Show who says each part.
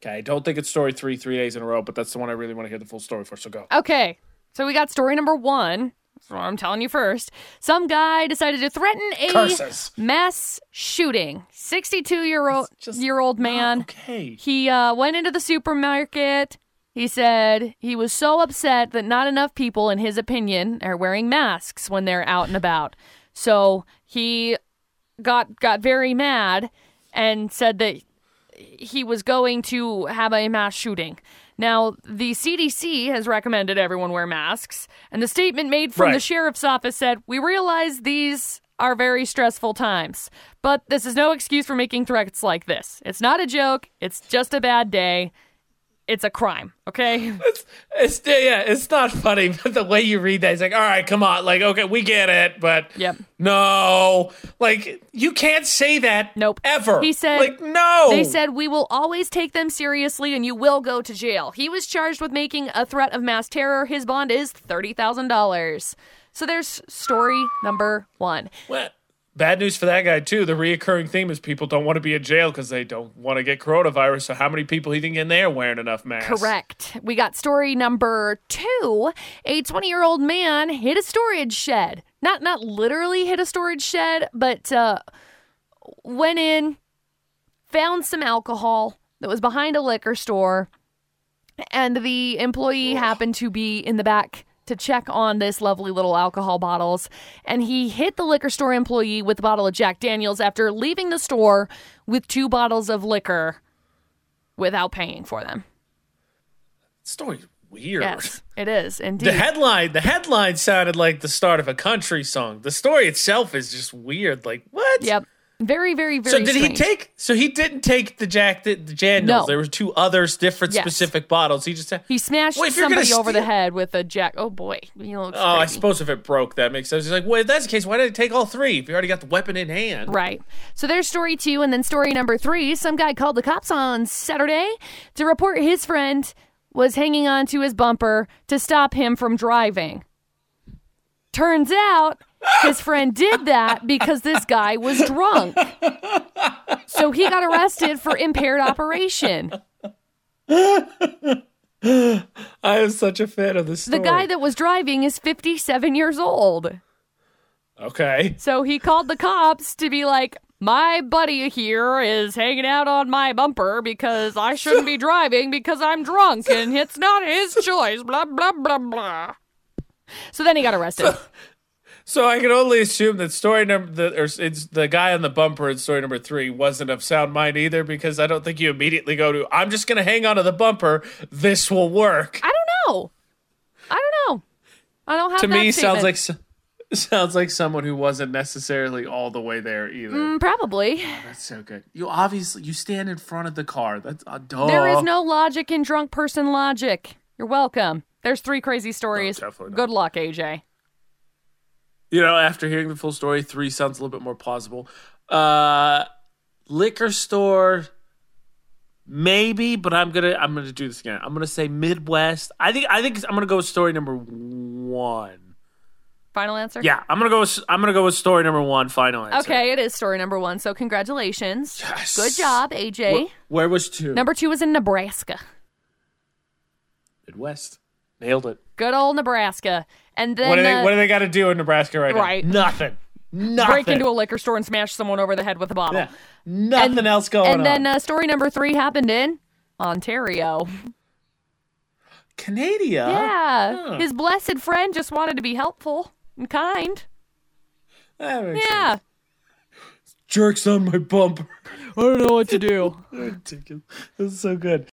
Speaker 1: Okay, don't think it's story three, three days in a row, but that's the one I really want to hear the full story for. So go.
Speaker 2: Okay, so we got story number one. That's what I'm telling you first. Some guy decided to threaten a
Speaker 1: Curses.
Speaker 2: mass shooting. 62 year old
Speaker 1: It's just
Speaker 2: year old man.
Speaker 1: Okay.
Speaker 2: He uh, went into the supermarket. He said he was so upset that not enough people, in his opinion, are wearing masks when they're out and about. So he got got very mad and said that he was going to have a mass shooting. Now, the CDC has recommended everyone wear masks, and the statement made from the
Speaker 1: Right.
Speaker 2: sheriff's office said, "We realize these are very stressful times, but this is no excuse for making threats like this. It's not a joke, it's just a bad day. It's a crime, okay?"
Speaker 1: It's, it's yeah, it's not funny, but the way you read that, it's like, all right, come on, like, okay, we get it, but
Speaker 2: Yep.
Speaker 1: no, like, you can't say that.
Speaker 2: Nope.
Speaker 1: ever.
Speaker 2: He said-
Speaker 1: like, no.
Speaker 2: They said, We will always take them seriously and you will go to jail. He was charged with making a threat of mass terror. His bond is $30,000. So there's story number one.
Speaker 1: Well, Bad news for that guy too. The reoccurring theme is people don't want to be in jail because they don't want to get coronavirus. So how many people he think in there wearing enough masks?
Speaker 2: Correct. We got story number two. A 20 year old man hit a storage shed. Not not literally hit a storage shed, but uh, went in, found some alcohol that was behind a liquor store, and the employee happened to be in the back to check on this lovely little alcohol bottles and he hit the liquor store employee with a bottle of Jack Daniels after leaving the store with two bottles of liquor without paying for them.
Speaker 1: Story's weird.
Speaker 2: Yes, it is indeed.
Speaker 1: The headline, the headline sounded like the start of a country song. The story itself is just weird. Like what?
Speaker 2: yep. Very, very, very.
Speaker 1: So did he
Speaker 2: strange.
Speaker 1: take? So he didn't take the Jack the, the Daniels.
Speaker 2: No.
Speaker 1: There were two others, different
Speaker 2: Yes.
Speaker 1: specific bottles. He just had.
Speaker 2: He smashed
Speaker 1: Well, if you're
Speaker 2: somebody
Speaker 1: gonna
Speaker 2: over the
Speaker 1: steal-
Speaker 2: head with a jack. Oh boy, you look.
Speaker 1: Oh, I
Speaker 2: crazy.
Speaker 1: suppose if it broke, that makes sense. He's like, well, if that's the case, why did he take all three? If you already got the weapon in hand,
Speaker 2: Right. So there's story two, and then story number three. Some guy called the cops on Saturday to report his friend was hanging on to his bumper to stop him from driving. Turns out his friend did that because this guy was drunk. So he got arrested for impaired operation.
Speaker 1: I am such a fan of this.
Speaker 2: The
Speaker 1: Story.
Speaker 2: guy that was driving is 57 years old.
Speaker 1: Okay.
Speaker 2: So he called the cops to be like, my buddy here is hanging out on my bumper because I shouldn't be driving because I'm drunk and it's not his choice. Blah, blah, blah, blah. So then he got arrested.
Speaker 1: So I can only assume that story number the or it's the guy on the bumper in story number three wasn't of sound mind either because I don't think you immediately go to I'm just gonna hang onto the bumper. This will work.
Speaker 2: I don't know. I don't know. I don't have
Speaker 1: to
Speaker 2: that
Speaker 1: me sounds
Speaker 2: statement.
Speaker 1: like so- sounds like someone who wasn't necessarily all the way there either.
Speaker 2: Mm, Probably.
Speaker 1: That's so good. You obviously you stand in front of the car. That's uh, duh.
Speaker 2: There is no logic in drunk person logic. You're welcome. There's three crazy stories.
Speaker 1: definitely not.
Speaker 2: Good luck, AJ.
Speaker 1: You know, after hearing the full story, three sounds a little bit more plausible. Uh, liquor store, maybe, but I'm gonna I'm gonna do this again. I'm gonna say Midwest. I think I think I'm gonna go with story number one.
Speaker 2: Final answer?
Speaker 1: Yeah, I'm gonna go. With, I'm gonna go with story number one. Final answer.
Speaker 2: Okay, it is story number one. So congratulations.
Speaker 1: Yes.
Speaker 2: Good job, AJ.
Speaker 1: Where, where was two?
Speaker 2: Number two was in Nebraska.
Speaker 1: Midwest. Nailed it.
Speaker 2: Good old Nebraska. And then
Speaker 1: what do they
Speaker 2: uh,
Speaker 1: What do they got to do in Nebraska right,
Speaker 2: Right.
Speaker 1: now? Nothing. Nothing.
Speaker 2: break into a liquor store and smash someone over the head with a bottle.
Speaker 1: Yeah. Nothing
Speaker 2: And-
Speaker 1: else going
Speaker 2: and then
Speaker 1: on.
Speaker 2: uh, story number three happened in Ontario.
Speaker 1: Canada.
Speaker 2: yeah.
Speaker 1: huh.
Speaker 2: His blessed friend just wanted to be helpful and kind.
Speaker 1: That makes sense.
Speaker 2: Yeah.
Speaker 1: Jerks on my bumper.
Speaker 2: I don't know what to do.
Speaker 1: Ridiculous. This is so good.